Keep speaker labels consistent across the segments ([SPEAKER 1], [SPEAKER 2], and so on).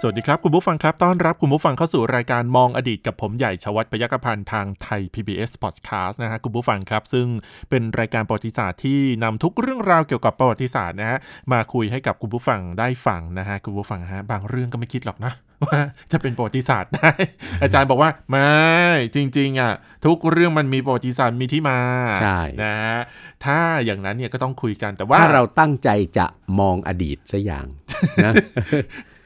[SPEAKER 1] สวัสดีครับ คุณผู้ฟังครับ ต้อนรับคุณผู้ฟังเข้าสู่รายการมองอดีตกับผมใหญ่ชวัฒน์พยัคฆพันธ์ทางไทย PBS Podcast นะฮะคุณผู้ฟังครับ ซึ่งเป็นรายการประวัติศาสตร์ที่นำทุกเรื่องราวเกี่ยวกับประวัติศาสตร์นะฮะมาคุยให้กับคุณผู้ฟังได้ฟังนะฮะคุณผู้ฟังฮะบางเรื่องก็ไม่คิดหรอกนะ ว่าจะเป็นประวัติศาสตร์ได้ อาจารย์บอกว่าไม่จริงๆอ่ะทุกเรื่องมันมีประวัติศาสตร์มีที่มา
[SPEAKER 2] ใช่
[SPEAKER 1] นะฮะถ้าอย่างนั้นเนี่ยก็ต้องคุยกันแต่ว่า
[SPEAKER 2] ถ้าเราตั้งใจจะมองอดีตสักอย่าง นะ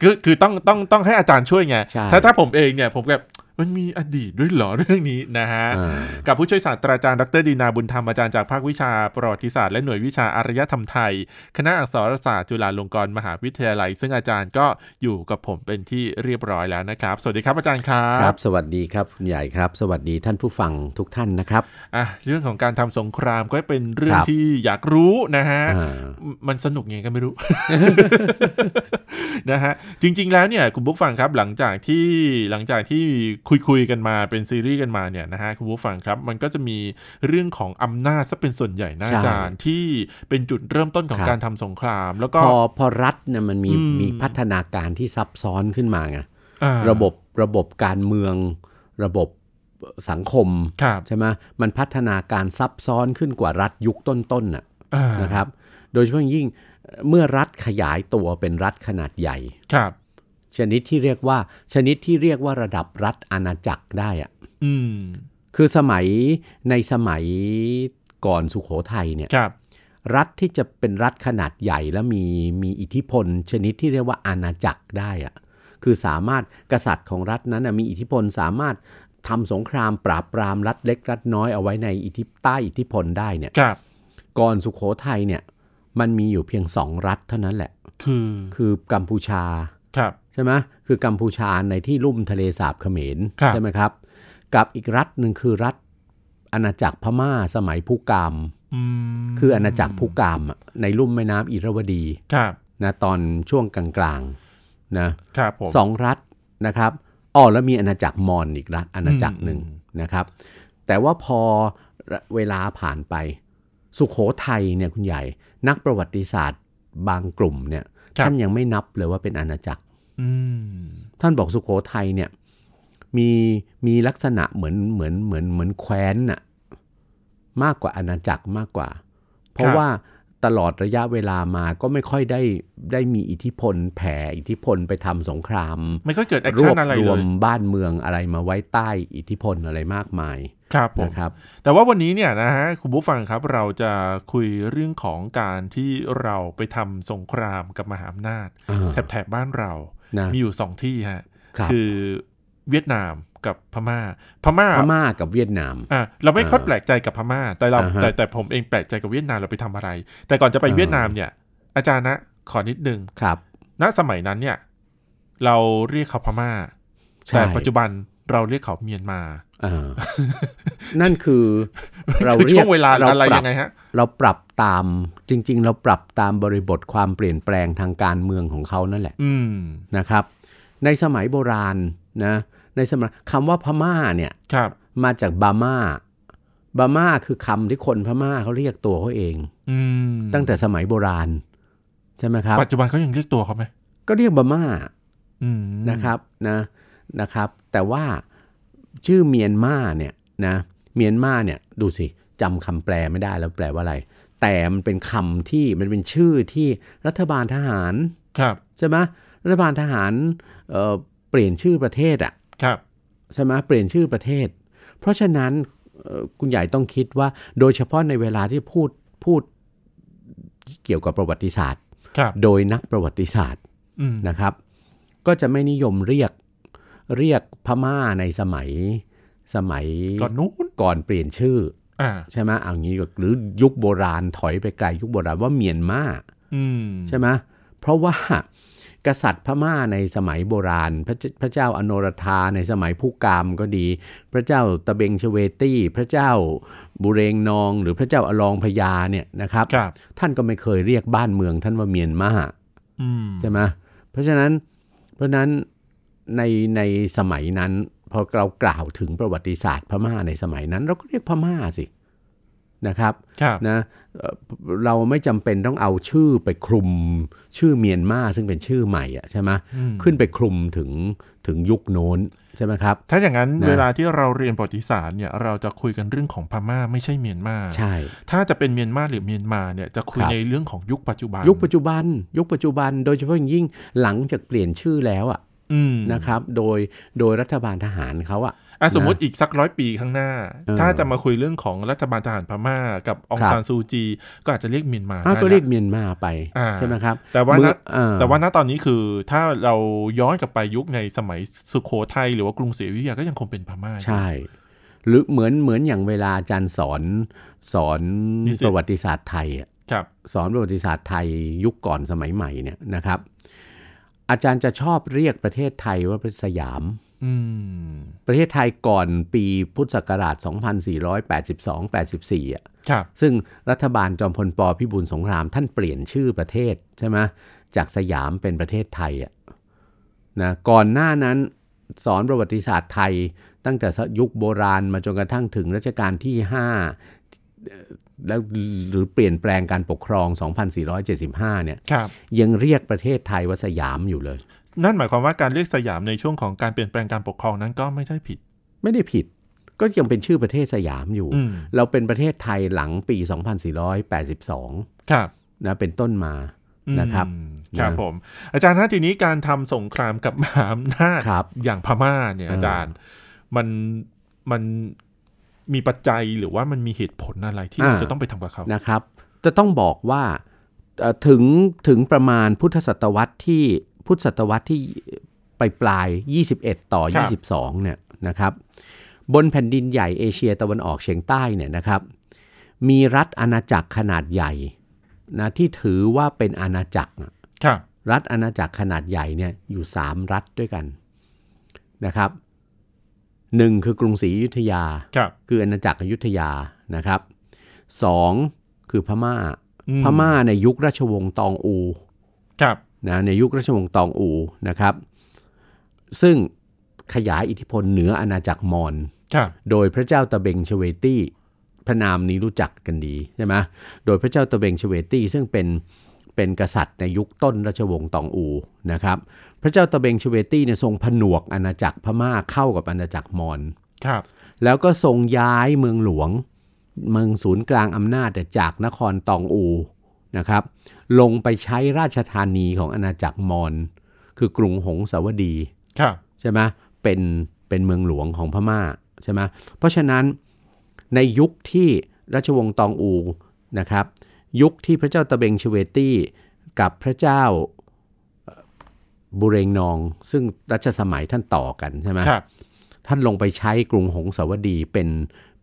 [SPEAKER 1] คือคือต้องต้องต้องให้อาจารย์ช่วยไง
[SPEAKER 2] ใช่
[SPEAKER 1] ถ้าถ้าผมเองเนี่ยผมแบบมันมีอดีตด้วยเหรอ เรื่องนี้นะฮะ
[SPEAKER 2] อ่า
[SPEAKER 1] กับผู้ช่วยศาสตราจารย์ดรดีนาบุญธรรมอาจารย์จากภาควิชาประวัติศาสตร์และหน่วยวิชาอารยธรรมไทย คณะอักษรศาสตร์จุฬาลงกรณ์มหาวิทยาลัย ซึ่งอาจารย์ก็อยู่กับผมเป็นที่เรียบร้อยแล้วนะครับ สวัสดีครับอาจารย์ครั
[SPEAKER 2] ครับ บ สวัสดีครับคุณใหญ่ครับ สวัสดีท่านผู้ฟังทุกท่านนะครับ
[SPEAKER 1] อ่ะเรื่องของการทำสงครามก็เป็นเรื่อง
[SPEAKER 2] ครับ
[SPEAKER 1] ที่อยากรู้นะฮะ
[SPEAKER 2] อ่า
[SPEAKER 1] มันสนุกไงก็ไม่รู้ นะฮะจริง ๆ แล้วเนี่ยคุณผู้ฟังครับหลังจากที่หลังจากที่คุยคุยๆกันมาเป็นซีรีส์กันมาเนี่ยนะฮะคุณผู้ฟังครับ มันก็จะมีเรื่องของอำนาจซะเป็นส่วนใหญ่นะ
[SPEAKER 2] ใช่
[SPEAKER 1] อาจารย์ที่เป็นจุดเริ่มต้นของ
[SPEAKER 2] ครับ
[SPEAKER 1] การทำสงคราม แล้วก็
[SPEAKER 2] พอพอรัฐเนี่ยมันมี
[SPEAKER 1] อืม
[SPEAKER 2] มีพัฒนาการที่ซับซ้อนขึ้นมาไง
[SPEAKER 1] อ่า
[SPEAKER 2] ระบบระบบการเมือง ระบบสังคม
[SPEAKER 1] ครับ
[SPEAKER 2] ใช่ไหมมันพัฒนาการซับซ้อนขึ้นกว่ารัฐยุคต้นๆน่ะ
[SPEAKER 1] อ่า
[SPEAKER 2] นะครับ โดยเฉพาะอย่างยิ่งเมื่อรัฐขยายตัวเป็นรัฐขนาดใหญ่
[SPEAKER 1] ครับ
[SPEAKER 2] ชนิดที่เรียกว่าชนิดที่เรียกว่าระดับรัฐอาณาจักรได้อะ
[SPEAKER 1] อืม
[SPEAKER 2] คือสมัยในสมัยก่อนสุโขทัยเนี่ย
[SPEAKER 1] ครับ
[SPEAKER 2] รัฐที่จะเป็นรัฐขนาดใหญ่และมีมีอิทธิพล ชนิดที่เรียกว่าอาณาจักรได้อะคือสามารถกษัตริย์ของรัฐนั้นน่ะมีอิทธิพลสามารถทำสงครามปราบปรามรัฐเล็กรัฐน้อยเอาไว้ในอิทธิใต้อิทธิพลได้เนี่ย
[SPEAKER 1] ครับ
[SPEAKER 2] ก่อนสุโขทัยเนี่ยมันมีอยู่เพียงสองรัฐเท่านั้นแหละ
[SPEAKER 1] คือ
[SPEAKER 2] คือกัมพูชา
[SPEAKER 1] ครับ
[SPEAKER 2] ใช่ไหมคือกัมพูชาในที่ลุ่มทะเลสาบเขมร
[SPEAKER 1] ครับ
[SPEAKER 2] ใช่ไหมครับ กับอีกรัฐหนึ่งคือรัฐอาณาจักรพม่าสมัยพุกาม
[SPEAKER 1] อืม
[SPEAKER 2] คืออาณาจักรพุกามอะในลุ่มแม่น้ำอิระวดี
[SPEAKER 1] ครับ
[SPEAKER 2] นะตอนช่วงกลางๆนะครับ
[SPEAKER 1] ผม
[SPEAKER 2] สองรัฐนะครับอ๋อแล้วมีอาณาจักรมอญอีกรัฐอาณาจักรหนึ่งนะครับ แต่ว่าพอเวลาผ่านไป สุขโขทัยเนี่ยคุณใหญ่นักประวัติศาสตร์บางกลุ่มเนี่ย
[SPEAKER 1] ครับ
[SPEAKER 2] ท่านยังไม่นับเลยว่าเป็นอาณาจักร
[SPEAKER 1] อืม
[SPEAKER 2] ท่านบอกสุโขทัยเนี่ยมีมีลักษณะเหมือนเหมือนเหมือนเหมือนแคว้นน่ะมากกว่าอาณาจักรมากกว่า เพราะว่าตลอดระยะเวลามาก็ไม่ค่อยได้ได้มีอิทธิพลแผ่อิทธิพลไปทำสงคราม
[SPEAKER 1] ไม่ค่อยเกิดแอค
[SPEAKER 2] รว
[SPEAKER 1] ชั่
[SPEAKER 2] บ
[SPEAKER 1] นอะไร
[SPEAKER 2] ร
[SPEAKER 1] เล
[SPEAKER 2] วม
[SPEAKER 1] ย
[SPEAKER 2] บ้านเมืองอะไรมาไว้ใต้อิทธิพลอะไรมากมาย
[SPEAKER 1] ครับผม
[SPEAKER 2] นะครับ
[SPEAKER 1] แต่ว่าวันนี้เนี่ยนะฮะคุณผู้ฟังครับเราจะคุยเรื่องของการที่เราไปทำสงครามกับมหาอำนาจ
[SPEAKER 2] อ่า
[SPEAKER 1] แถบแถบบ้านเรา
[SPEAKER 2] นะ
[SPEAKER 1] มีอยู่สองที่ฮะ
[SPEAKER 2] ครับ
[SPEAKER 1] อเวียดนามกับพม่า พม่า
[SPEAKER 2] พม่ากับเวียดนาม
[SPEAKER 1] อ่ะเราไม่ค่อยแปลกใจกับพม่า แต่เรา
[SPEAKER 2] อ่าฮะ
[SPEAKER 1] แต่แต่ผมเองแปลกใจกับเวียดนามเราไปทำอะไร แต่ก่อนจะไป
[SPEAKER 2] อ่า
[SPEAKER 1] เวียดนามเนี่ย อาจารย์นะขอนิดนึง
[SPEAKER 2] ครับ
[SPEAKER 1] ณสมัยนั้นเนี่ย เราเรียกเขาพม่า
[SPEAKER 2] ใช่
[SPEAKER 1] แต่ปัจจุบันเราเรียกเขาเมียนมา
[SPEAKER 2] อ่านั่นคือเรา
[SPEAKER 1] คือ
[SPEAKER 2] เรีย
[SPEAKER 1] ช่
[SPEAKER 2] ก
[SPEAKER 1] วงเวลา
[SPEAKER 2] เรา
[SPEAKER 1] อะไร
[SPEAKER 2] ปรั
[SPEAKER 1] ยั
[SPEAKER 2] บ
[SPEAKER 1] งไงฮะ
[SPEAKER 2] เราปรับตามจริง ๆ เราปรับตามบริบทความเปลี่ยนแปลงทางการเมืองของเขานั่นแหละ
[SPEAKER 1] อืม
[SPEAKER 2] นะครับ ในสมัยโบราณนะในสมัยคำว่าพม่าเนี่ย
[SPEAKER 1] ครับ
[SPEAKER 2] มาจากบามาบามาคือคำที่คนพม่าเขาเรียกตัวเขาเอง
[SPEAKER 1] อืม
[SPEAKER 2] ตั้งแต่สมัยโบราณใช่ไหมครับ
[SPEAKER 1] ปัจจุบันเขายังเรียกตัวเขาไหม
[SPEAKER 2] ก็เรียกบามา
[SPEAKER 1] อืม
[SPEAKER 2] นะครับนะนะครับ แต่ว่าชื่อเมียนมาเนี่ยนะเมียนมาเนี่ยดูสิจำคำแปลไม่ได้แล้วแปลว่าอะไร แต่มันเป็นคำที่มันเป็นชื่อที่รัฐบาลทหาร
[SPEAKER 1] ครับ
[SPEAKER 2] ใช่ไหมรัฐบาลทหารเอ่อเปลี่ยนชื่อประเทศอ่ะ
[SPEAKER 1] ครับ
[SPEAKER 2] ใช่ไหมเปลี่ยนชื่อประเทศ เพราะฉะนั้นเอ่อคุณใหญ่ต้องคิดว่าโดยเฉพาะในเวลาที่พูดพูดเกี่ยวกับประวัติศาสตร์
[SPEAKER 1] ครับ
[SPEAKER 2] โดยนักประวัติศาสตร์
[SPEAKER 1] อืม
[SPEAKER 2] นะครับ ก็จะไม่นิยมเรียกเรียกพม่าในสมัยสมัย
[SPEAKER 1] ก่อนนู้น
[SPEAKER 2] ก่อนเปลี่ยนชื่อ
[SPEAKER 1] อ่า
[SPEAKER 2] ใช่ไหมเอางี้ดีกว่าหรือยุคโบราณถอยไปไกลยุคโบราณว่าเมียนมา
[SPEAKER 1] อืม
[SPEAKER 2] ใช่ไหมเพราะว่า กษัตริย์พม่าในสมัยโบราณ พระเจพระเจ้าอโนรธาในสมัยผู้กามก็ดี พระเจ้าตะเบงชเวตี้ พระเจ้าบุเรงนอง หรือพระเจ้าอลองพญาเนี่ยนะครับ
[SPEAKER 1] ครับ
[SPEAKER 2] ท่านก็ไม่เคยเรียกบ้านเมืองท่านว่าเมียนมา
[SPEAKER 1] อืม
[SPEAKER 2] ใช่ไหมเพราะฉะนั้นเพราะฉะนั้นในในสมัยนั้นพอเรากล่าวถึงประวัติศาสตร์พม่าในสมัยนั้น เราก็เรียกพม่าสินะครับ
[SPEAKER 1] ครับ
[SPEAKER 2] นะเอ่อเราไม่จำเป็นต้องเอาชื่อไปคลุมชื่อเมียนมาซึ่งเป็นชื่อใหม่อะใช่ไหมขึ้นไปคลุมถึงถึงยุคโน้นใช่ไหมครับ
[SPEAKER 1] ถ้าอย่างนั้น
[SPEAKER 2] นะ
[SPEAKER 1] เวลาที่เราเรียนประวัติศาสตร์เนี่ยเราจะคุยกันเรื่องของพม่าไม่ใช่เมียนมา
[SPEAKER 2] ใช่
[SPEAKER 1] ถ้าจะเป็นเมียนมาหรือเมียนมาเนี่ยจะคุย
[SPEAKER 2] ครับ
[SPEAKER 1] ในเรื่องของยุคปัจจุบัน
[SPEAKER 2] ยุคปัจจุบัน ยุคปัจจุบัน โดยเฉพาะอย่างยิ่งหลังจากเปลี่ยนชื่อแล้วอะ
[SPEAKER 1] อืม
[SPEAKER 2] นะครับโดยโดยรัฐบาลทหารเขาอะ
[SPEAKER 1] อ่ะสมมติอีกสักร้อยปีข้างหน้า
[SPEAKER 2] เออ
[SPEAKER 1] ถ้าจะมาคุยเรื่องของรัฐบาลทหารพม่า กับอง
[SPEAKER 2] ครับ
[SPEAKER 1] ซานซูจี ก็อาจจะเรียกเมียนมา
[SPEAKER 2] อ้าว
[SPEAKER 1] ได้
[SPEAKER 2] ก็เรียก
[SPEAKER 1] นะ
[SPEAKER 2] เมียนมาไป
[SPEAKER 1] อ่า
[SPEAKER 2] ใช่ไหมครับ
[SPEAKER 1] แต่ว่า
[SPEAKER 2] เมื่
[SPEAKER 1] ณ
[SPEAKER 2] อเอ่อ
[SPEAKER 1] แต่ว่าณตอนนี้คือถ้าเราย้อนกลับไปยุคในสมัยสุโขทัยหรือว่ากรุงศรีอยุธยาก็ยังคงเป็นพม่าอยู่
[SPEAKER 2] ใช่ หรือเหมือนเหมือนอย่างเวลาอาจารย์สอนสอน
[SPEAKER 1] นิสิต
[SPEAKER 2] ประวัติศาสตร์ไทยอะ
[SPEAKER 1] ครับ
[SPEAKER 2] สอนประวัติศาสตร์ไทยยุคก่อนสมัยใหม่เนี่ยนะครับ อาจารย์จะชอบเรียกประเทศไทยว่าเป็นสยาม
[SPEAKER 1] อืม
[SPEAKER 2] ประเทศไทยก่อนปีพุทธศักราช 2482-84อ่ะ
[SPEAKER 1] ครับ
[SPEAKER 2] ซึ่งรัฐบาลจอมพลปพิบูลสงครามท่านเปลี่ยนชื่อประเทศใช่ไหมจากสยามเป็นประเทศไทยอ่ะนะก่อนหน้านั้นสอนประวัติศาสตร์ไทย ตั้งแต่ยุคโบราณมาจนกระทั่งถึงรัชกาลที่ 5 แล้วหรือเปลี่ยนแปลงการปกครอง 2475 เนี่ย
[SPEAKER 1] ครับ
[SPEAKER 2] ยังเรียกประเทศไทยว่าสยามอยู่เลย
[SPEAKER 1] นั่นหมายความว่าการเรียกสยามในช่วงของการเปลี่ยนแปลงการปกครองนั้นก็ไม่ใช่ผิด
[SPEAKER 2] ไม่ได้ผิดก็ยังเป็นชื่อประเทศสยามอยู่
[SPEAKER 1] อืม
[SPEAKER 2] เราเป็นประเทศไทยหลังปี 2482
[SPEAKER 1] ครับ
[SPEAKER 2] นะเป็นต้นมา
[SPEAKER 1] อืม
[SPEAKER 2] นะครับ
[SPEAKER 1] ครับผม อาจารย์ฮะทีนี้การทำสงครามกับมหาอำนาจ
[SPEAKER 2] ครับ
[SPEAKER 1] อย่างพม่าเนี่ย
[SPEAKER 2] เอออ
[SPEAKER 1] อาจารย์มันมันมีปัจจัยหรือว่ามันมีเหตุผลอะไรที่เราจะต้องไปทำกับเขา
[SPEAKER 2] นะครับ จะต้องบอกว่าเอ่อถึงถึงประมาณพุทธศตวรรษที่พุทธศตวรรษที่ไปปลาย 21 ต่อ 22 เนี่ยนะครับ บนแผ่นดินใหญ่เอเชียตะวันออกเฉียงใต้เนี่ยนะครับ มีรัฐอาณาจักรขนาดใหญ่นะที่ถือว่าเป็นอาณาจักรน่ะ
[SPEAKER 1] ครับ
[SPEAKER 2] รัฐอาณาจักรขนาดใหญ่เนี่ยอยู่ 3 รัฐด้วยกันนะครับหนึ่งคือกรุงศรีอยุธยา
[SPEAKER 1] ครับ
[SPEAKER 2] คืออาณาจักรอยุธยานะครับสองคือพม่า
[SPEAKER 1] อืม
[SPEAKER 2] พม่าในยุคราชวงศ์ตองอู
[SPEAKER 1] ครับ
[SPEAKER 2] นะในยุคราชวงศ์ตองอูนะครับ ซึ่งขยายอิทธิพลเหนืออาณาจักรมอญ
[SPEAKER 1] ครับ
[SPEAKER 2] โดยพระเจ้าตะเบงชเวตี้พระนามนี้รู้จักกันดีใช่ไหมโดยพระเจ้าตะเบงชเวตี้ซึ่งเป็นเป็นกษัตริย์ในยุคต้นราชวงศ์ตองอูนะครับ พระเจ้าตะเบงชเวตี้เนี่ยทรงผนวกอาณาจักรพม่าเข้ากับอาณาจักรมอญ
[SPEAKER 1] ครับ
[SPEAKER 2] แล้วก็ทรงย้ายเมืองหลวง เมืองศูนย์กลางอำนาจเนี่ยจากนครตองอูนะครับ ลงไปใช้ราชธานีของอาณาจักรมอญคือกรุงหงสาวดี
[SPEAKER 1] ครับ
[SPEAKER 2] ใช่ไหมเป็นเป็นเมืองหลวงของพม่าใช่ไหมเพราะฉะนั้นในยุคที่ราชวงศ์ตองอูนะครับ ยุคที่พระเจ้าตะเบงชเวตี้กับพระเจ้าเอ่อบุเรงนอง ซึ่งรัชสมัยท่านต่อกันใช่ไหม
[SPEAKER 1] ครับ
[SPEAKER 2] ท่านลงไปใช้กรุงหงสาวดีเป็น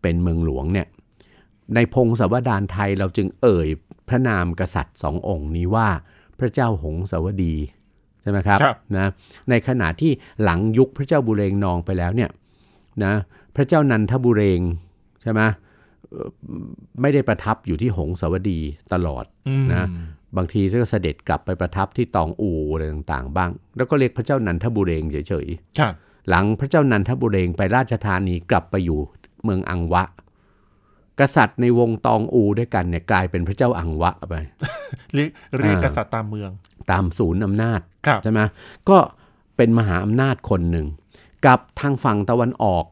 [SPEAKER 2] เป็นเมืองหลวงเนี่ย ในพงศาวดารไทยเราจึงเอ่ยพระนามกษัตริย์สององค์นี้ว่าพระเจ้าหงสาวดีใช่ไหมครับนะในขณะที่หลังยุคพระเจ้าบุเรงนองไปแล้วเนี่ยนะพระเจ้านันทบุเรงใช่ไหมเอ่อไม่ได้ประทับอยู่ที่หงสาวดีตลอด
[SPEAKER 1] อืม
[SPEAKER 2] นะ บางทีก็เสด็จกลับไปประทับที่ตองอูอะไรต่างๆ บ้าง แล้วก็เรียกพระเจ้านันทบุเรงเฉยๆ
[SPEAKER 1] ครับ
[SPEAKER 2] หลังพระเจ้านันทบุเรงไปราชธานีกลับไปอยู่เมืองอังวะ กษัตริย์ในวงตองอูด้วยกันเนี่ยกลายเป็นพระเจ้าอังวะไป
[SPEAKER 1] เรียกเรียก
[SPEAKER 2] อ่า
[SPEAKER 1] กษัตริย์ตามเมือง
[SPEAKER 2] ตามศูนย์อำนาจ
[SPEAKER 1] ครับ
[SPEAKER 2] ใช่ไหมก็เป็นมหาอำนาจคนหนึ่ง กับทางฝั่งตะวันออก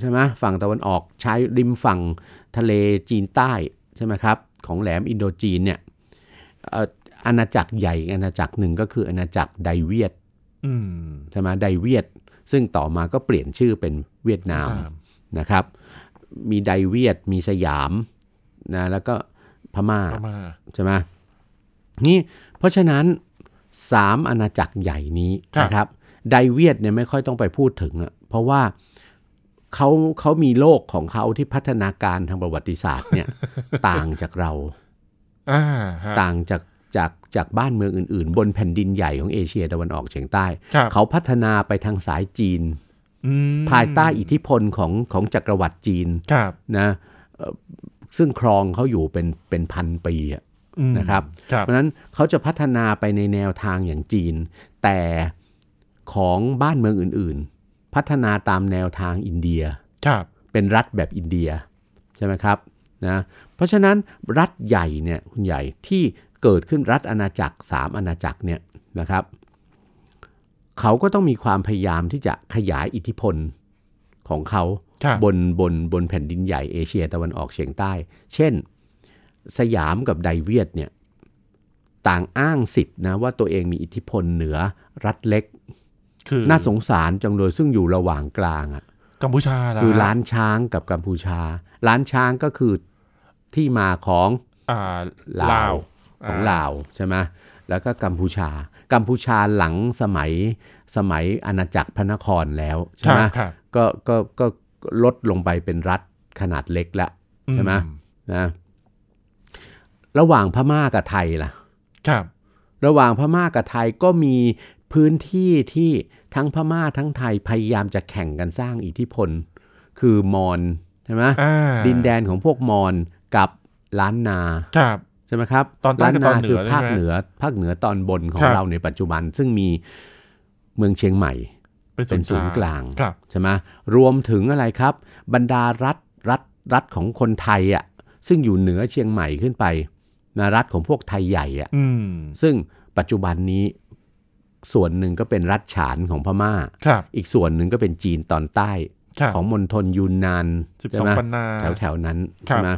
[SPEAKER 2] ใช่ไหมฝั่งตะวันออกใช้ริมฝั่งทะเลจีนใต้ใช่ไหมครับของแหลมอินโดจีนเนี่ยเอ่ออาณาจักรใหญ่อีกอาณาจักรหนึ่งก็คืออาณาจักรไดเวียด
[SPEAKER 1] อืม
[SPEAKER 2] ใช่ไหมไดเวียด ซึ่งต่อมาก็เปลี่ยนชื่อเป็นเวียดนาม
[SPEAKER 1] อ่า
[SPEAKER 2] นะครับ มีไดเวียด มีสยามนะ แล้วก็พม่า
[SPEAKER 1] พม่า
[SPEAKER 2] ใช่ไหมนี่เพราะฉะนั้น 3 อาณาจักรใหญ่นี้นะครับ ไดเวียดเนี่ยไม่ค่อยต้องไปพูดถึงอะเพราะว่าเขาเขามีโลกของเขาที่พัฒ นาการทางประวัติศาสตร์เนี่ย ต่างจากเรา
[SPEAKER 1] อ่าฮะ
[SPEAKER 2] ต่างจาก จากจากบ้านเมืองอื่น ๆ บนแผ่นดินใหญ่ของเอเชียตะวันออกเฉียงใต้
[SPEAKER 1] ครับ
[SPEAKER 2] เขาพัฒนาไปทางสายจีน
[SPEAKER 1] อืม
[SPEAKER 2] ภายใต้อิทธิพลของของจักรวรรดิจีน
[SPEAKER 1] ครับ
[SPEAKER 2] นะเอ่อซึ่งครองเขาอยู่เป็นเป็นพันปีอะ
[SPEAKER 1] อืม
[SPEAKER 2] นะครับ
[SPEAKER 1] ครับ
[SPEAKER 2] เพราะฉะนั้นเขาจะพัฒนาไปในแนวทางอย่างจีน แต่ของบ้านเมืองอื่นๆ พัฒนาตามแนวทางอินเดีย
[SPEAKER 1] ครับ
[SPEAKER 2] เป็นรัฐแบบอินเดียใช่ไหมครับนะเพราะฉะนั้นรัฐใหญ่เนี่ยคุณใหญ่ที่เกิดขึ้นรัฐอาณาจักร 3 อาณาจักรเนี่ยนะครับเขาก็ต้องมีความพยายามที่จะขยายอิทธิพลของเขา
[SPEAKER 1] ครับ
[SPEAKER 2] บนบนบนแผ่นดินใหญ่เอเชียตะวันออกเฉียงใต้ เช่น สยามกับไดเวียดเนี่ยต่างอ้างสิทธิ์นะว่าตัวเองมีอิทธิพลเหนือรัฐเล็ก
[SPEAKER 1] คือ
[SPEAKER 2] น่าสงสารจังเลยซึ่งอยู่ระหว่างกลางอะ
[SPEAKER 1] กัมพูชาเหร
[SPEAKER 2] คือล้านช้างกับกัมพูชา ล้านช้างก็คือที่มาของ
[SPEAKER 1] อ่า
[SPEAKER 2] ลา
[SPEAKER 1] ลาว ว
[SPEAKER 2] ของ
[SPEAKER 1] า
[SPEAKER 2] ลาวใช่ไหมแล้วก็กัมพูชา กัมพูชาหลังสมัยสมัยอาณาจักรพระนครแล้ว
[SPEAKER 1] ค
[SPEAKER 2] ใช่
[SPEAKER 1] รับ
[SPEAKER 2] ไหม
[SPEAKER 1] ครับ
[SPEAKER 2] ก็ก็ก็ลดลงไปเป็นรัฐขนาดเล็กละ
[SPEAKER 1] อื
[SPEAKER 2] ใช่ไหม นะระหว่างพม่ากับไทยล่ะ
[SPEAKER 1] ครับ
[SPEAKER 2] ระหว่างพม่ากับไทยก็มีพื้นที่ที่ทั้งพม่าทั้งไทยพยายามจะแข่งกันสร้างอิทธิพล คือมอญใช่ไหม
[SPEAKER 1] อ่า
[SPEAKER 2] ดินแดนของพวกมอญกับล้านนา
[SPEAKER 1] ครับ
[SPEAKER 2] ใช่ไหมครับ
[SPEAKER 1] ตอนใต้
[SPEAKER 2] ล้า
[SPEAKER 1] กับตอนเหนื
[SPEAKER 2] คื
[SPEAKER 1] อ
[SPEAKER 2] ภาค
[SPEAKER 1] ใช่ไหม
[SPEAKER 2] เหนือ ภาคเหนือตอนบนขอ
[SPEAKER 1] ค
[SPEAKER 2] ง
[SPEAKER 1] รับ
[SPEAKER 2] เราในปัจจุบัน ซึ่งมีเมืองเชียงใหม่
[SPEAKER 1] เป็น
[SPEAKER 2] เป็นศูนย์กลาง
[SPEAKER 1] ครับ
[SPEAKER 2] ใช่ไหมรวมถึงอะไรครับ บรรดารัฐรัฐรัฐของคนไทยอ่ะซึ่งอยู่เหนือเชียงใหม่ขึ้นไปนะรัฐของพวกไทยใหญ่อ่ะ
[SPEAKER 1] อืม
[SPEAKER 2] ซึ่งปัจจุบันนี้ส่วนหนึ่งก็เป็นรัฐฉานของพม่า
[SPEAKER 1] ครับ
[SPEAKER 2] อีกส่วนหนึ่งก็เป็นจีนตอนใต้
[SPEAKER 1] ครับ
[SPEAKER 2] ของมณฑลยูนนาน
[SPEAKER 1] สิบส
[SPEAKER 2] ใช่
[SPEAKER 1] อง
[SPEAKER 2] ไหม
[SPEAKER 1] ปันนา
[SPEAKER 2] แถวแถวๆนั้น
[SPEAKER 1] ครับ
[SPEAKER 2] ใช่ไหม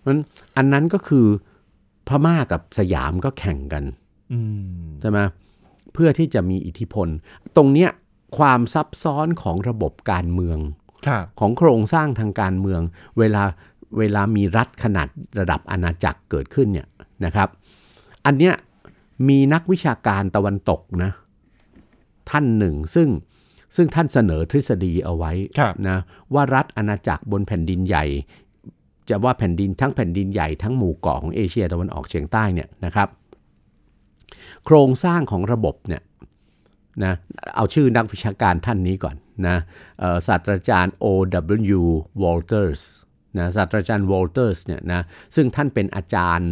[SPEAKER 2] เพราะฉะนั้นอันนั้นก็คือพม่ากับสยามก็แข่งกัน
[SPEAKER 1] อืม
[SPEAKER 2] ใช่ไหมเพื่อที่จะมีอิทธิพล ตรงเนี้ยความซับซ้อนของระบบการเมือง
[SPEAKER 1] ครับ
[SPEAKER 2] ของโครงสร้างทางการเมือง เวลาเวลามีรัฐขนาดระดับอาณาจักรเกิดขึ้นเนี่ยนะครับ อันเนี้ยมีนักวิชาการตะวันตกนะท่านหนึ่งซึ่งซึ่งท่านเสนอทฤษฎีเอาไว้
[SPEAKER 1] ครับ
[SPEAKER 2] นะว่ารัฐอาณาจักรบนแผ่นดินใหญ่ จะว่าแผ่นดินทั้งแผ่นดินใหญ่ทั้งหมู่เกาะของเอเชียตะวันออกเฉียงใต้เนี่ยนะครับ โครงสร้างของระบบเนี่ยนะเอาชื่อนักวิชาการท่านนี้ก่อนนะเอ่อศาสตราจารย์ O.W. Walters นะศาสตราจารย์ Walters เนี่ยนะซึ่งท่านเป็นอาจารย์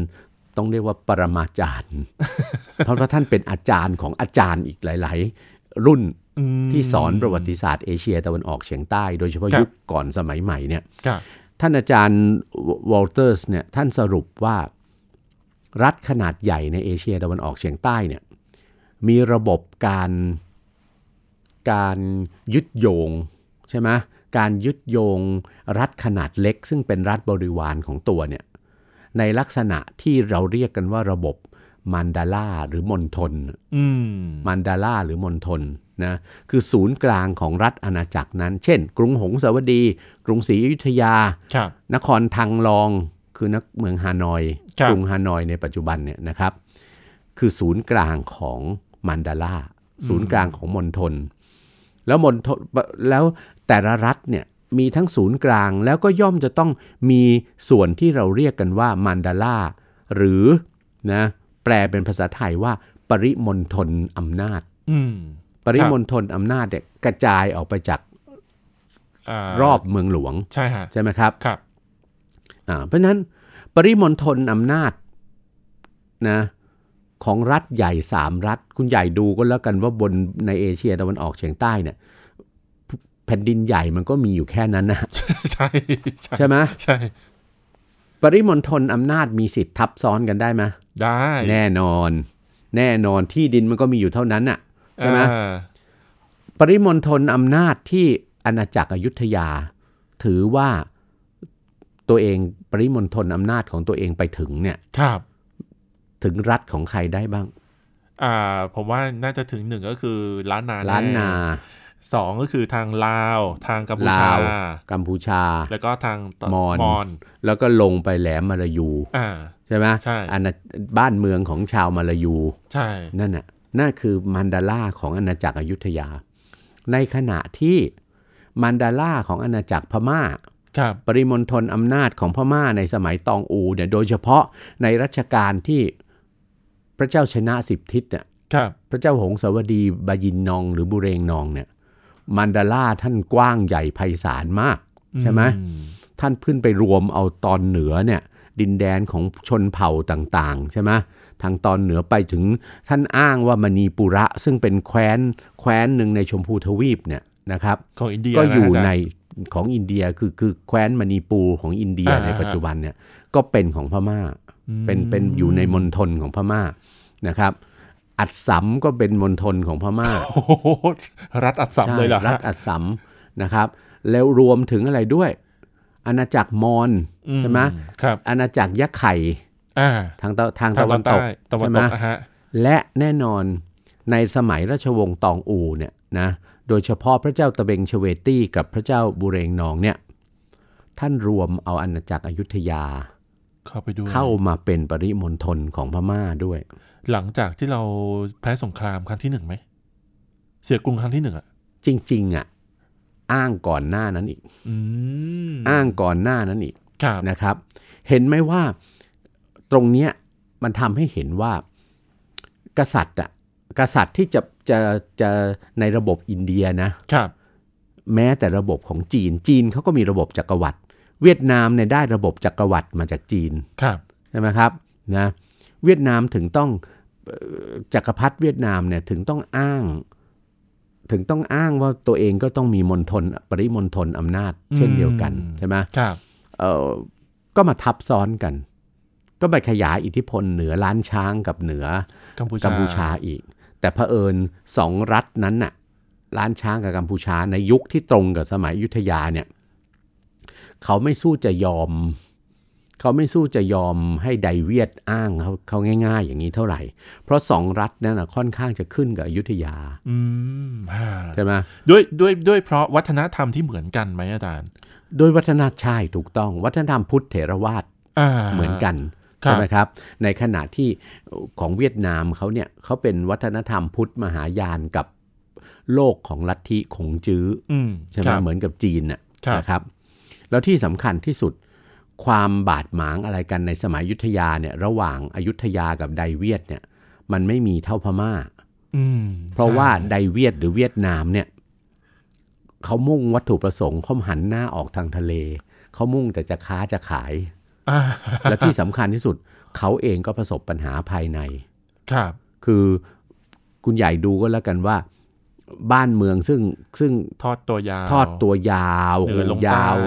[SPEAKER 2] ต้องเรียกว่าปรมาจารย์ เพราะว่าท่านเป็นอาจารย์ของอาจารย์อีกหลาย ๆ รุ่น
[SPEAKER 1] อืม
[SPEAKER 2] ที่สอนประวัติศาสตร์เอเชียตะวันออกเฉียงใต้ โดยเฉพาะ
[SPEAKER 1] ครับ
[SPEAKER 2] ยุคก่อนสมัยใหม่เนี่ย
[SPEAKER 1] ครับ
[SPEAKER 2] ท่านอาจารย์วอลเตอร์สเนี่ยท่านสรุปว่ารัฐขนาดใหญ่ในเอเชียตะวันออกเฉียงใต้เนี่ยมีระบบการการยึดโยงใช่ไหมการยึดโยงรัฐขนาดเล็ก ซึ่งเป็นรัฐบริวารของตัวเนี่ยในลักษณะที่เราเรียกกันว่าระบบมันดาล่าหรือมณฑล
[SPEAKER 1] อืม
[SPEAKER 2] มันดาล่าหรือมณฑลนะคือศูนย์กลางของรัฐอาณาจักรนั้น เช่น กรุงหงสาวดี กรุงศรีอยุธยา
[SPEAKER 1] ครับ
[SPEAKER 2] นครทังลอง คือนักเมืองฮานอย
[SPEAKER 1] ครับ
[SPEAKER 2] กรุงฮานอยในปัจจุบันเนี่ยนะครับ คือศูนย์กลางของมันดาล่าศูนย์กลางของมณฑลแล้วมณฑลแล้วแต่ละรัฐเนี่ยมีทั้งศูนย์กลางแล้วก็ย่อมจะต้องมีส่วนที่เราเรียกกันว่ามันดาล่าหรือนะแปลเป็นภาษาไทยว่า ปริมณฑลอำนาจ
[SPEAKER 1] อืม
[SPEAKER 2] ปริมณฑลอำนาจเนี่ยกระจายออกไปจาก
[SPEAKER 1] อ่าร
[SPEAKER 2] อบเมืองหลวง
[SPEAKER 1] ใช่ฮะ
[SPEAKER 2] ใช่ไหมครับ
[SPEAKER 1] ครับ
[SPEAKER 2] อ่าเพราะฉะนั้นปริมณฑลอำนาจนะของรัฐใหญ่สามรัฐ คุณใหญ่ดูก็แล้วกันว่าบนในเอเชียตะวันออกเฉียงใต้เนี่ยแผ่นดินใหญ่มันก็มีอยู่แค่นั้นนะ
[SPEAKER 1] ใช่ใช่
[SPEAKER 2] ใช่ไหม
[SPEAKER 1] ใช่
[SPEAKER 2] ปริมณฑลอำนาจมีสิทธิ์ทับซ้อนกันได้ไหม
[SPEAKER 1] ได้
[SPEAKER 2] แน่นอน แน่นอนที่ดินมันก็มีอยู่เท่านั้นน่ะใช่ไหม
[SPEAKER 1] อ่า
[SPEAKER 2] ปริมณฑลอำนาจที่อาณาจักรอยุธยา ถือว่าตัวเองปริมณฑลอำนาจของตัวเองไปถึงเนี่ย
[SPEAKER 1] ครับ
[SPEAKER 2] ถึงรัฐของใครได้บ้าง
[SPEAKER 1] อ่า ผมว่าน่าจะถึงหนึ่งก็คือล้านนาแ
[SPEAKER 2] ล้านนา
[SPEAKER 1] สองก็คือทางลาว ทางกัมพู
[SPEAKER 2] ลา
[SPEAKER 1] ชา
[SPEAKER 2] ว กัมพูชา
[SPEAKER 1] แล้วก็ทางตะ
[SPEAKER 2] มอญ
[SPEAKER 1] มอน
[SPEAKER 2] แล้วก็ลงไปแหลมมาลายู
[SPEAKER 1] อ่า
[SPEAKER 2] ใช่ไหม
[SPEAKER 1] ใช่
[SPEAKER 2] อาณาบ้านเมืองของชาวมาลายู
[SPEAKER 1] ใช่
[SPEAKER 2] นั่นน่ะนั่นคือมันดาล่าของอาณาจักรอยุธยา ในขณะที่มันดาล่าของอาณาจักรพม่า
[SPEAKER 1] ครับ
[SPEAKER 2] ปริมณฑลอำนาจของพม่าในสมัยตองอูเนี่ยโดยเฉพาะในรัชกาลที่ พระเจ้าชนะสิบทิศเนี่ย
[SPEAKER 1] ครับ
[SPEAKER 2] พระเจ้าหงสาวดีบายินนอง หรือบุเรงนองเนี่ยมันดาล่าท่านกว้างใหญ่ไพศาลมาก ใช่ไหม
[SPEAKER 1] อืม
[SPEAKER 2] ท่านขึ้นไปรวมเอาตอนเหนือเนี่ยดินแดนของชนเผ่าต่างๆ ใช่ไหมทางตอนเหนือไปถึงท่านอ้างว่ามณีปุระ ซึ่งเป็นแคว้นแคว้นหนึ่งในชมพูทวีปเนี่ยนะครับ
[SPEAKER 1] ของอินเดีย
[SPEAKER 2] ก็อยู่
[SPEAKER 1] ะฮะาจาร
[SPEAKER 2] ในของอินเดียคือคือแคว้นมณีปูของอินเดีย
[SPEAKER 1] อ่า
[SPEAKER 2] ในปัจจุบันเนี่ยก็เป็นของพม่า เป็นเป็นอยู่ในมณฑลของพม่านะครับ อัดสัมก็เป็นมณฑลของพม่า
[SPEAKER 1] โอ้โหรัฐอัดสัม
[SPEAKER 2] ใช่
[SPEAKER 1] เลยเหรอ
[SPEAKER 2] รั
[SPEAKER 1] ฮะ
[SPEAKER 2] ฐอัดสัมนะครับ แล้วรวมถึงอะไรด้วย อาณาจักรมอญ
[SPEAKER 1] อื
[SPEAKER 2] ใช่ไหม
[SPEAKER 1] ครับ
[SPEAKER 2] อาณาจักรยะไข่
[SPEAKER 1] อ่า
[SPEAKER 2] ทางตะทาง
[SPEAKER 1] ทาง
[SPEAKER 2] ตะวันตก
[SPEAKER 1] ใต้ตะวัน
[SPEAKER 2] ใช่ไห
[SPEAKER 1] ต
[SPEAKER 2] ม
[SPEAKER 1] กอะฮะ
[SPEAKER 2] และแน่นอนในสมัยราชวงศ์ตองอูเนี่ยนะโดยเฉพาะพระเจ้าตะเบงเชเวตี้กับพระเจ้าบุเรงนองเนี่ยท่านรวมเอาอาณาจักรอยุธยา
[SPEAKER 1] เข้าไปดู
[SPEAKER 2] เข้ามาเป็นปริมณฑลของพม่าด้วย
[SPEAKER 1] หลังจากที่เราแพ้สงครามครั้งที่หนึ่งไหม เสียกรุงครั้งที่หนึ่งอ่ะ
[SPEAKER 2] จริงๆอ่ะอ้างก่อนหน้านั้นอีก
[SPEAKER 1] อืม
[SPEAKER 2] อ้างก่อนหน้านั้นอีก
[SPEAKER 1] ครับ
[SPEAKER 2] นะครับ เห็นไหมว่าตรงเนี้ยมันทำให้เห็นว่า กษัตริย์อ่ะกษัตริย์ที่จะจะจะในระบบอินเดียนะ
[SPEAKER 1] ครับ
[SPEAKER 2] แม้แต่ระบบของจีน จีนเขาก็มีระบบจักรวรรดิ เวียดนามเนี่ยได้ระบบจักรวรรดิมาจากจีน
[SPEAKER 1] ครับ
[SPEAKER 2] ใช่ไหมครับนะเวียดนามถึงต้องเอ่อจักรพรรดิเวียดนามเนี่ยถึงต้องอ้าง ถึงต้องอ้างว่าตัวเองก็ต้องมีมณฑลปริมณฑลอำนาจ เช่นเดียวกัน
[SPEAKER 1] อืม
[SPEAKER 2] ใช่ไหม
[SPEAKER 1] ครับ
[SPEAKER 2] เออก็มาทับซ้อนกัน ก็ไปขยายอิทธิพลเหนือล้านช้างกับเหนือ
[SPEAKER 1] กัมพูชา
[SPEAKER 2] กัมพูชาอีก แต่เผอิญสองรัฐนั้นน่ะล้านช้างกับกัมพูชาในยุคที่ตรงกับสมัยอยุทธยาเนี่ยเขาไม่สู้จะยอม เขาไม่สู้จะยอมให้ไดเวียดอ้างเขาเขาง่ายๆ อย่างนี้เท่าไหร่ เพราะสองรัฐนั้นน่ะค่อนข้างจะขึ้นกับอยุธยา
[SPEAKER 1] อืมฮ่า
[SPEAKER 2] ใช่ไหม
[SPEAKER 1] ด้วยด้วยด้วยเพราะวัฒนธรรมที่เหมือนกันไหมอาจารย์
[SPEAKER 2] โดยวัฒนธรรมใชายถูกต้อง วัฒนธรรมพุทธเถรวาท
[SPEAKER 1] อ่า
[SPEAKER 2] เหมือนกัน
[SPEAKER 1] ครับ
[SPEAKER 2] ใช่ไหมครับ ในขณะที่ของเวียดนามเขาเนี่ยเขาเป็นวัฒนธรรมพุทธมหายานกับโลกของลัทธิขงจื้อ
[SPEAKER 1] อืม
[SPEAKER 2] ใช่
[SPEAKER 1] ค
[SPEAKER 2] ไหม
[SPEAKER 1] รับ
[SPEAKER 2] เหมือนกับจีนน่ะ
[SPEAKER 1] ครับ
[SPEAKER 2] นะครับ แล้วที่สำคัญที่สุดความบาดหมางอะไรกันในสมัยอยุทธยาเนี่ยระหว่างอายุทยากับไดเวียดเนี่ยมันไม่มีเท่าพม่า
[SPEAKER 1] อืม
[SPEAKER 2] เพราะว่า
[SPEAKER 1] ใช่
[SPEAKER 2] ไดเวียดหรือเวียดนามเนี่ยเขามุ่งวัตถุประสงค์เขาหันหน้าออกทางทะเลเขามุ่งแต่จะค้าจะขาย
[SPEAKER 1] อ่า
[SPEAKER 2] และที่สำคัญที่สุดเขาเองก็ประสบปัญหาภายใน
[SPEAKER 1] ครับ
[SPEAKER 2] คือคุณใหญ่ดูก็แล้วกันว่า บ้านเมืองซึ่งซึ่ง
[SPEAKER 1] ทอดตัวยาว
[SPEAKER 2] ทอดตัวยาว
[SPEAKER 1] เหนือลง
[SPEAKER 2] ยา
[SPEAKER 1] ใต้
[SPEAKER 2] ว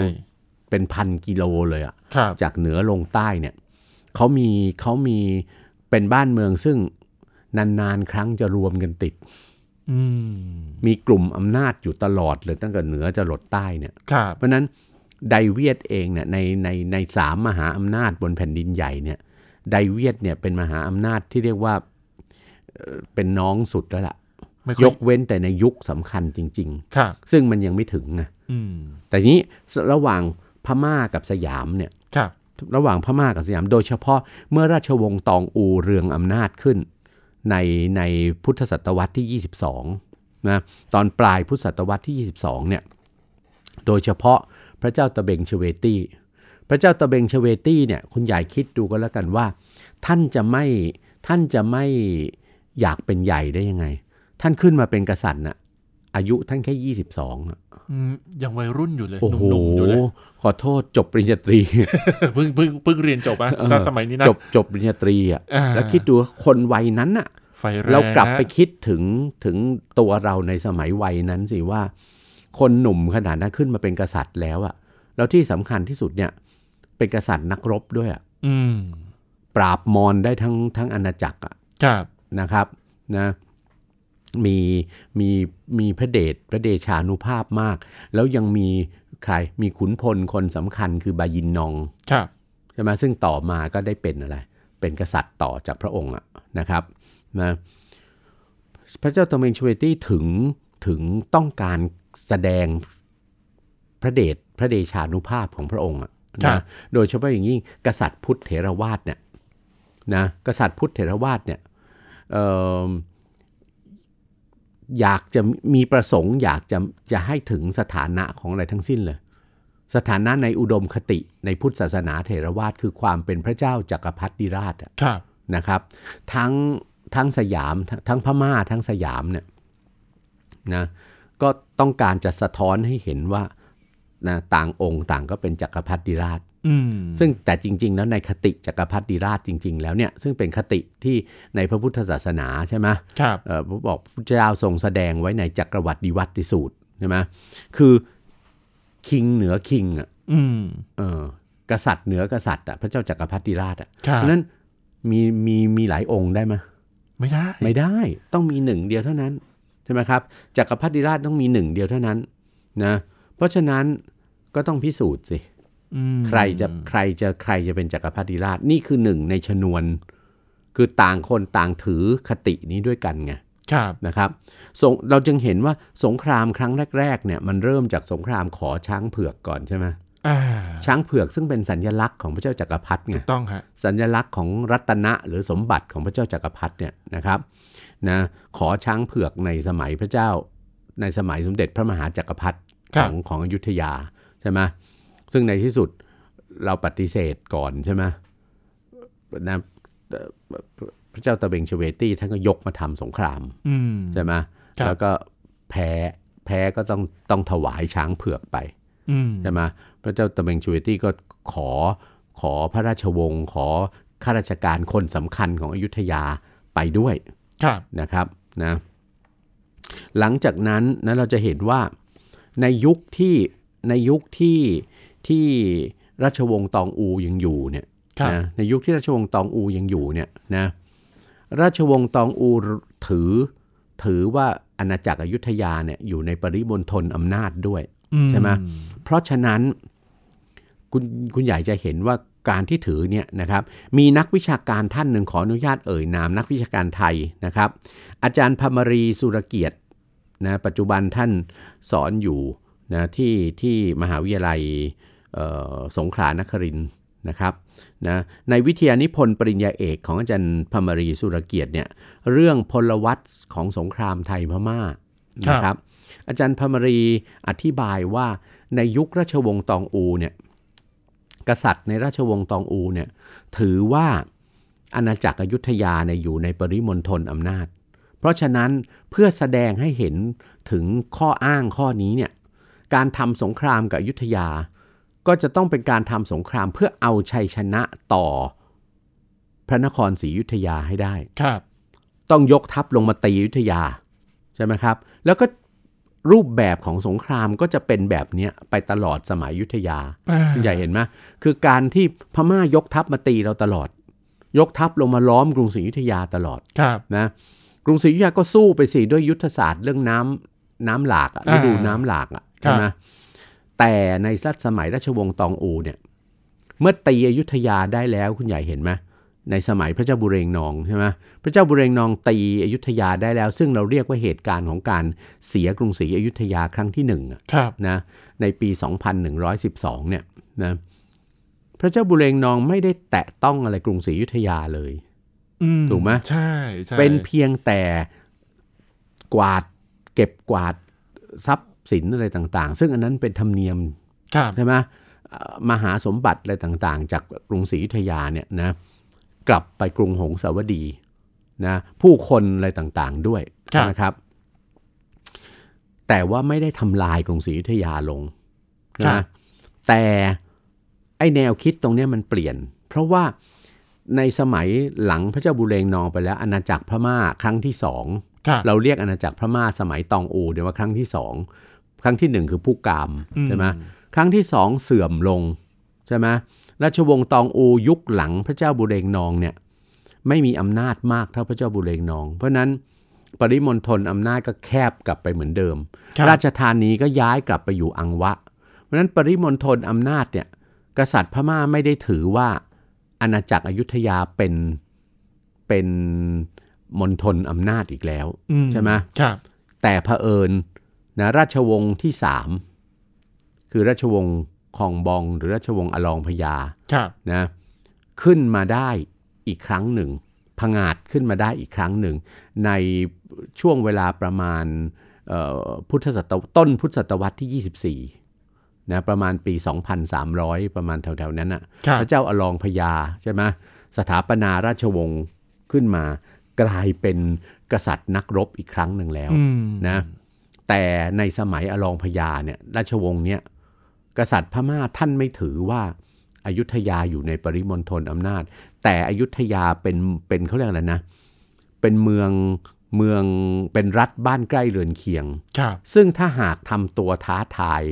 [SPEAKER 2] เป็นพันกิโลเลยอะ
[SPEAKER 1] ครับ
[SPEAKER 2] จากเหนือลงใต้เนี่ยเขามีเขามีเป็นบ้านเมืองซึ่งนานๆครั้งจะรวมกันติด
[SPEAKER 1] อืม
[SPEAKER 2] มีกลุ่มอำนาจอยู่ตลอดเลยตั้งแต่เหนือจะหลดใต้เนี่ย
[SPEAKER 1] ครับ
[SPEAKER 2] เพราะฉะนั้นไดเวียดเองเนี่ยในในในสามมหาอำนาจบนแผ่นดินใหญ่เนี่ยไดเวียดเนี่ยเป็นมหาอำนาจที่เรียกว่าเอ่อเป็นน้องสุดแล้วล่ะ
[SPEAKER 1] ไม่ค่อย ย
[SPEAKER 2] กเว้นแต่ในยุคสำคัญจริง
[SPEAKER 1] ครับ
[SPEAKER 2] ๆ ซึ่งมันยังไม่ถึงไง
[SPEAKER 1] อืม
[SPEAKER 2] แต่ทีนี้ระหว่างพม่ากับสยามเนี่ย
[SPEAKER 1] ครับ
[SPEAKER 2] ระหว่างพม่ากับสยาม โดยเฉพาะเมื่อราชวงศ์ตองอูเรืองอำนาจขึ้น ในในพุทธศตวรรษที่ 22นะตอนปลายพุทธศตวรรษที่ 22เนี่ย โดยเฉพาะพระเจ้าตะเบงเชเวตี้ พระเจ้าตะเบงเชเวตี้เนี่ยคุณใหญ่คิดดูก็แล้วกันว่า ท่านจะไม่ท่านจะไม่อยากเป็นใหญ่ได้ยังไง ท่านขึ้นมาเป็นกษัตริย์น่ะอายุท่านแค่ 22อะ
[SPEAKER 1] อืมยังวัยรุ่นอยู่เลย
[SPEAKER 2] โอ้โห
[SPEAKER 1] หนุ่มๆอยู่ เลย
[SPEAKER 2] ขอโทษจบปริญญาตรี
[SPEAKER 1] เพิ่งเพิ่งเพิ่งเรียนจบอะ
[SPEAKER 2] เออ
[SPEAKER 1] ถ้าสมั ยนี้นะ
[SPEAKER 2] จบจบปริญญาตรีอ่ะ
[SPEAKER 1] อ่า
[SPEAKER 2] แล้วคิดดูว่าคนวัยนั้นน่ะ
[SPEAKER 1] ไฟแง
[SPEAKER 2] เรากลับไป
[SPEAKER 1] นะ
[SPEAKER 2] คิดถึงถึงตัวเราในสมัยวัยนั้นสิว่า คนหนุ่มขนาดนั้นขึ้นมาเป็นกษัตริย์แล้วอะแล้วที่สำคัญที่สุดเนี่ย เป็นกษัตริย์นักรบด้วยอะ
[SPEAKER 1] อืม
[SPEAKER 2] ปราบมอญได้ทั้งทั้งอาณาจักรอะ
[SPEAKER 1] ครับ
[SPEAKER 2] นะครับนะมีมีมีพระเดชพระเดชานุภาพมาก แล้วยังมีใครมีขุนพลคนสำคัญคือบายินนอง
[SPEAKER 1] ครับ
[SPEAKER 2] ใช่ไหมซึ่งต่อมาก็ได้เป็นอะไร เป็นกษัตริย์ต่อจากพระองค์อะนะครับนะพระเจ้าตะเมงชเวตี้ถึงถึงต้องการแสดงพระเดชพระเดชานุภาพของพระองค์อะนะโดยเฉพาะอย่างยิ่งกษัตริย์พุทธเถรวาทเนี่ยนะกษัตริย์พุทธเถรวาทเนี่ยเอิ่มอยากจะมีประสงค์อยากจะจะให้ถึงสถานะของอะไรทั้งสิ้นเลย สถานะในอุดมคติในพุทธศาสนาเถรวาทคือความเป็นพระเจ้าจักรพรรดิราชอะ
[SPEAKER 1] ครับ
[SPEAKER 2] นะครับ ทั้งทั้งสยามทั้งทั้งพม่าทั้งสยามเนี่ยนะก็ต้องการจะสะท้อนให้เห็นว่านะต่างองค์ต่างก็เป็นจักรพรรดิราช
[SPEAKER 1] อืม
[SPEAKER 2] ซึ่งแต่จริง ๆ แล้วในคติจักรพรรดิราชจริง ๆ แล้วเนี่ยซึ่งเป็นคติที่ในพระพุทธศาสนาใช่ไหม
[SPEAKER 1] ครับ
[SPEAKER 2] เอ่อผมบอกพระเจ้าทรงแสดงไว้ในจักรวรรดิวัตติสูตรใช่ไหมคือคิงเหนือคิงอ่ะ
[SPEAKER 1] อืม
[SPEAKER 2] เออกษัตริย์เหนือกษัตริย์อ่ะพระเจ้าจักรพรรดิราชอ่ะ
[SPEAKER 1] ครับ
[SPEAKER 2] เพราะฉะนั้นมีมีมีหลายองค์ได้ไหม
[SPEAKER 1] ไม่ได้
[SPEAKER 2] ไม่ได้ต้องมีหนึ่งเดียวเท่านั้นใช่ไหมครับจักรพรรดิราชต้องมีหนึ่งเดียวเท่านั้นนะเพราะฉะนั้นก็ต้องพิสูจน์สิ
[SPEAKER 1] อืม
[SPEAKER 2] ใครจะใครจะใครจะเป็นจักรพรรดิราชนี่คือหนึ่งในชนวน คือต่างคนต่างถือคตินี้ด้วยกันไง
[SPEAKER 1] ครับ
[SPEAKER 2] นะครับสงเราจึงเห็นว่าสงครามครั้งแรกๆเนี่ยมันเริ่มจากสงครามขอช้างเผือกก่อนใช่ไหม
[SPEAKER 1] อ่า
[SPEAKER 2] ช้างเผือกซึ่งเป็นสัญลักษณ์ของพระเจ้าจักรพรรดิไง
[SPEAKER 1] ต้องฮะ
[SPEAKER 2] สัญลักษณ์ของรัตนะหรือสมบัติของพระเจ้าจักรพรรดิเนี่ยนะครับนะขอช้างเผือกในสมัยพระเจ้าในสมัยสมเด็จพระมหาจักรพรรดิ
[SPEAKER 1] ครั
[SPEAKER 2] ข
[SPEAKER 1] บ
[SPEAKER 2] องของอยุธยาใช่ไหมซึ่งในที่สุดเราปฏิเสธก่อนใช่ไหมนะเอ่อพระเจ้าตะเบงเชเวตี้ท่านก็ยกมาทำสงคราม
[SPEAKER 1] อืม
[SPEAKER 2] ใช่ไหม
[SPEAKER 1] ครับ
[SPEAKER 2] แล้วก็แพ้ แพ้ก็ต้องต้องถวายช้างเผือกไป
[SPEAKER 1] อืม
[SPEAKER 2] ใช่ไหมพระเจ้าตะเบงชูเวตี้ก็ขอขอพระราชวงศ์ขอข้าราชการคนสำคัญของอยุธยาไปด้วย
[SPEAKER 1] ครับ
[SPEAKER 2] นะครับนะ หลังจากนั้นนะเราจะเห็นว่าในยุคที่ในยุคที่ที่ราชวงศ์ตองอูยังอยู่เนี่ย
[SPEAKER 1] ครับ
[SPEAKER 2] นะในยุคที่ราชวงศ์ตองอูยังอยู่เนี่ยนะราชวงศ์ตองอูถือถือว่าอาณาจักรอยุธยาเนี่ยอยู่ในปริมณฑลอำนาจด้วย
[SPEAKER 1] อื
[SPEAKER 2] ใช่ไหม เพราะฉะนั้นคุณคุณใหญ่จะเห็นว่าการที่ถือเนี่ยนะครับมีนักวิชาการท่านหนึ่งขออนุญาตเอ่ยนามนักวิชาการไทยนะครับ อาจารย์พมรีสุรเกียรตินะปัจจุบันท่านสอนอยู่นะที่ที่มหาวิทยาลัยเอ่อสงขลานครินทร์นะครับนะในวิทยานิพนธ์ปริญญาเอกของอาจารย์พมรีสุรเกียรติเนี่ยเรื่องพลวัตของสงครามไทยพม่านะครับ อาจารย์พมรีอธิบายว่าในยุคราชวงศ์ตองอูเนี่ยกษัตริย์ในราชวงศ์ตองอูเนี่ยถือว่าอาณาจักรอยุธยาเนี่ยอยู่ในปริมณฑลอำนาจ เพราะฉะนั้นเพื่อแสดงให้เห็นถึงข้ออ้างข้อนี้เนี่ยการทำสงครามกับอยุธยา ก็จะต้องเป็นการทำสงครามเพื่อเอาชัยชนะต่อพระนครศรีอยุธยาให้ได้
[SPEAKER 1] ครับ
[SPEAKER 2] ต้องยกทัพลงมาตีอยุธยาใช่ไหมครับ แล้วก็รูปแบบของสงครามก็จะเป็นแบบเนี้ยไปตลอดสมัยอยุธยา
[SPEAKER 1] อ่า
[SPEAKER 2] คุณใหญ่เห็นไหมคือการที่พม่ายกทัพมาตีเราตลอด ยกทัพลงมาล้อมกรุงศรีอยุธยาตลอด
[SPEAKER 1] ครับ
[SPEAKER 2] นะกรุงศรีอยุธยาก็สู้ไปสิด้วยยุทธศาสตร์เรื่องน้ำน้ำหลากอะ
[SPEAKER 1] อ่า
[SPEAKER 2] ฤดูน้ำหลากอะ
[SPEAKER 1] ครับ
[SPEAKER 2] ใช่ไหมแต่ในรัชสมัยราชวงศ์ตองอูเนี่ยเมื่อตีอยุธยาได้แล้วคุณใหญ่เห็นไหม ในสมัยพระเจ้าบุเรงนองใช่ไหมพระเจ้าบุเรงนองตีอยุธยาได้แล้ว ซึ่งเราเรียกว่าเหตุการณ์ของการเสียกรุงศรีอยุธยาครั้งที่หนึ่งอะ
[SPEAKER 1] ครับ
[SPEAKER 2] นะในปี 2112เนี่ยนะพระเจ้าบุเรงนองไม่ได้แตะต้องอะไรกรุงศรีอยุธยาเลย
[SPEAKER 1] อืม
[SPEAKER 2] ถูกไหม
[SPEAKER 1] ใช่ใช่
[SPEAKER 2] เป็นเพียงแต่กวาดเก็บกวาดทรัพย์สินอะไรต่างๆ ซึ่งอันนั้นเป็นธรรมเนียม
[SPEAKER 1] ครับ
[SPEAKER 2] ใช่ไหมเอ่อมหาสมบัติอะไรต่างๆ จากกรุงศรีอยุธยาเนี่ยนะกลับไปกรุงหงสาวดีนะผู้คนอะไรต่างๆด้วยใช่ไหมครับ แต่ว่าไม่ได้ทำลายกรุงศรีอยุธยาลงนะแต่ไอแนวคิดตรงเนี้ยมันเปลี่ยน เพราะว่าในสมัยหลังพระเจ้าบุเรงนองไปแล้วอาณาจักรพม่าครั้งที่สอง
[SPEAKER 1] ครับ
[SPEAKER 2] เราเรียกอาณาจักรพม่าสมัยตองอูเดี๋ยวว่าครั้งที่สองครั้งที่หนึ่งคือผู้กาม
[SPEAKER 1] อืม
[SPEAKER 2] ใช่ไหมครั้งที่สองเสื่อมลงใช่ไหมราชวงศ์ตองอูยุคหลังพระเจ้าบุเรงนองเนี่ยไม่มีอำนาจมากเท่าพระเจ้าบุเรงนอง เพราะฉะนั้นปริมณฑลอำนาจก็แคบกลับไปเหมือนเดิม
[SPEAKER 1] ครับ
[SPEAKER 2] ราชธานีก็ย้ายกลับไปอยู่อังวะ เพราะฉะนั้นปริมณฑลอำนาจเนี่ยกษัตริย์พม่าไม่ได้ถือว่าอาณาจักรอยุธยาเป็นเป็นมณฑลอำนาจอีกแล้ว
[SPEAKER 1] อื
[SPEAKER 2] ใช่ไหม
[SPEAKER 1] ครับ
[SPEAKER 2] แต่เผอิญนะราชวงศ์ที่สามคือราชวงศ์คองบองหรือราชวงศ์อลองพญา
[SPEAKER 1] ครับ
[SPEAKER 2] นะขึ้นมาได้อีกครั้งหนึ่งผงาดขึ้นมาได้อีกครั้งหนึ่ง ในช่วงเวลาประมาณเอ่อพุทธศตวรรษต้นพุทธศตวรรษที่ 24นะประมาณปี 2,300 ประมาณแถวๆนั้นน่ะ
[SPEAKER 1] ครับ
[SPEAKER 2] พระเจ้าอลองพญาใช่ไหม สถาปนาราชวงศ์ขึ้นมา กลายเป็นกษัตริย์นักรบอีกครั้งหนึ่งแล้ว
[SPEAKER 1] อืม
[SPEAKER 2] นะแต่ในสมัยอลองพญาเนี่ยราชวงศ์เนี่ยกษัตริย์พม่าท่านไม่ถือว่าอายุทยาอยู่ในปริมณฑลอำนาจ แต่อยุทยาเป็นเป็นเขาเรียกอะไรนะ เป็นเมืองเมืองเป็นรัฐบ้านใกล้เรือนเคียง
[SPEAKER 1] ครับ
[SPEAKER 2] ซึ่งถ้าหากทำตัวท้าทาย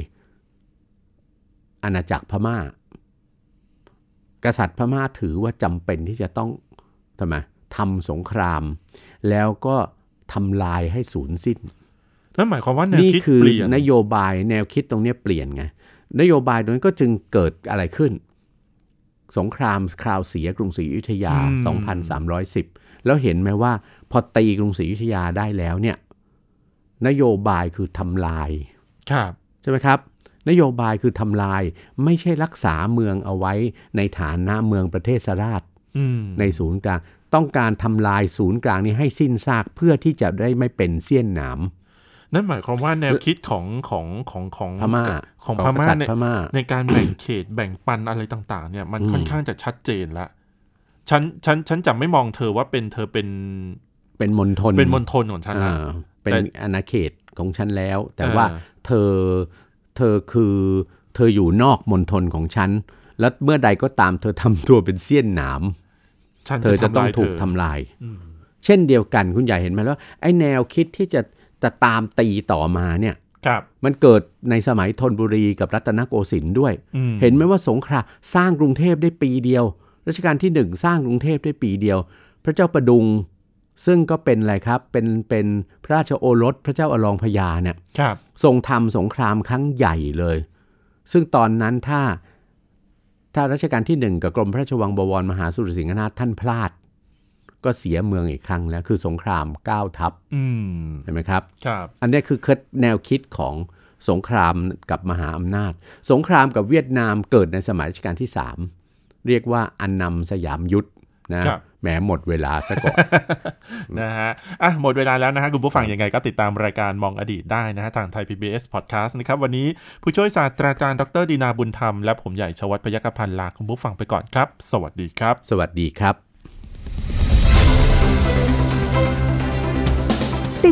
[SPEAKER 2] อาณาจักรพม่า กษัตริย์พม่าถือว่าจำเป็นที่จะต้องทำไมทำสงคราม แล้วก็ทำลายให้สูญสิ้น
[SPEAKER 1] นั่นหมายความว่าแนว
[SPEAKER 2] นี่
[SPEAKER 1] คิด
[SPEAKER 2] คือ
[SPEAKER 1] เปลี่ยน
[SPEAKER 2] นโยบายแนวคิดตรงเนี้ยเปลี่ยนไงนโยบายตรงนั้นก็จึงเกิดอะไรขึ้น สงครามคราวเสียกรุงศรีอยุธยา 2310 แล้วเห็นไหมว่าพอตีกรุงศรีอยุธยาได้แล้วเนี่ยนโยบายคือทำลาย
[SPEAKER 1] ครับ
[SPEAKER 2] ใช่ไหมครับ นโยบายคือทำลายไม่ใช่รักษาเมืองเอาไว้ในฐานะเมืองประเทศราช
[SPEAKER 1] อืม
[SPEAKER 2] ในศูนย์กลาง ต้องการทำลายศูนย์กลางนี้ให้สิ้นซากเพื่อที่จะได้ไม่เป็นเสี้ยนหนาม
[SPEAKER 1] นั่นหมายความว่าแนวคิดของของของของ
[SPEAKER 2] พม่า
[SPEAKER 1] ของ
[SPEAKER 2] ของ
[SPEAKER 1] พม่าก
[SPEAKER 2] ษัตริย์
[SPEAKER 1] ใน
[SPEAKER 2] พม่า
[SPEAKER 1] ในการแบ่งเขตแบ่งปันอะไรต่าง ๆ เนี่ยมันค่อนข้างจะชัดเจนละฉันฉันฉันจะไม่มองเธอว่าเป็นเธอเป็น
[SPEAKER 2] เป็นมณฑล
[SPEAKER 1] เป็นมณฑลของฉันละ
[SPEAKER 2] อ่าเป็น
[SPEAKER 1] แต่
[SPEAKER 2] อาณาเขตของฉันแล้ว แต่
[SPEAKER 1] อ่า
[SPEAKER 2] ว่าเธอเธอคือเธออยู่นอกมณฑลของฉัน แล้วเมื่อใดก็ตามเธอทำตัวเป็นเสี้ยนหนาม
[SPEAKER 1] ฉัน
[SPEAKER 2] เธอจะต้อ
[SPEAKER 1] ำ
[SPEAKER 2] ง
[SPEAKER 1] ร้าย
[SPEAKER 2] ถูก
[SPEAKER 1] เธ
[SPEAKER 2] ทำลาย เช่นเดียวกันคุณใหญ่เห็นไหมว่าไอ้แนวคิดที่จะจะตามตีต่อมาเนี่ย
[SPEAKER 1] ครับ
[SPEAKER 2] มันเกิดในสมัยธนบุรีกับรัตนโกสินทร์ด้วย
[SPEAKER 1] อืม
[SPEAKER 2] เห็นไหมว่าสงครามสร้างกรุงเทพได้ปีเดียว รัชกาลที่หนึ่งสร้างกรุงเทพได้ปีเดียว พระเจ้าประดุง ซึ่งก็เป็นอะไรครับ เป็นเป็นพระราชโอรสพระเจ้าอลองพญาเนี่ย
[SPEAKER 1] ครับ
[SPEAKER 2] ทรงทำสงครามครั้งใหญ่เลย ซึ่งตอนนั้นถ้าถ้ารัชกาลที่หนึ่งกับกรมพระราชวังบวรมหาสุรสิงหนาถท่านพลาด ก็เสียเมืองอีกครั้งแล้ว คือสงครามเก้าทัพ
[SPEAKER 1] อืม
[SPEAKER 2] เห็นไหมครับ
[SPEAKER 1] ครับ
[SPEAKER 2] อันเนี้ยคือแนวคิดของสงครามกับมหาอำนาจ สงครามกับเวียดนามเกิดในสมัยรัชกาลที่ 3 เรียกว่าอันนำสยามยุทธนะครับ แหมหมดเวลาซะก่อน
[SPEAKER 1] นะฮะ อ่ะ หมดเวลาแล้วนะฮะ คุณผู้ฟังยังไงก็ติดตามรายการมองอดีตได้นะฮะ ทางไทย PBS Podcast นะครับ วันนี้ผู้ช่วยศาสตราจารย์ดรดีนาบุญธรรม และผมใหญ่ชวัฒน์พยกพันธ์ลาคุณผู้ฟังไปก่อนครับ สวัสดีครับ
[SPEAKER 2] สวัสดีครับ
[SPEAKER 3] ติ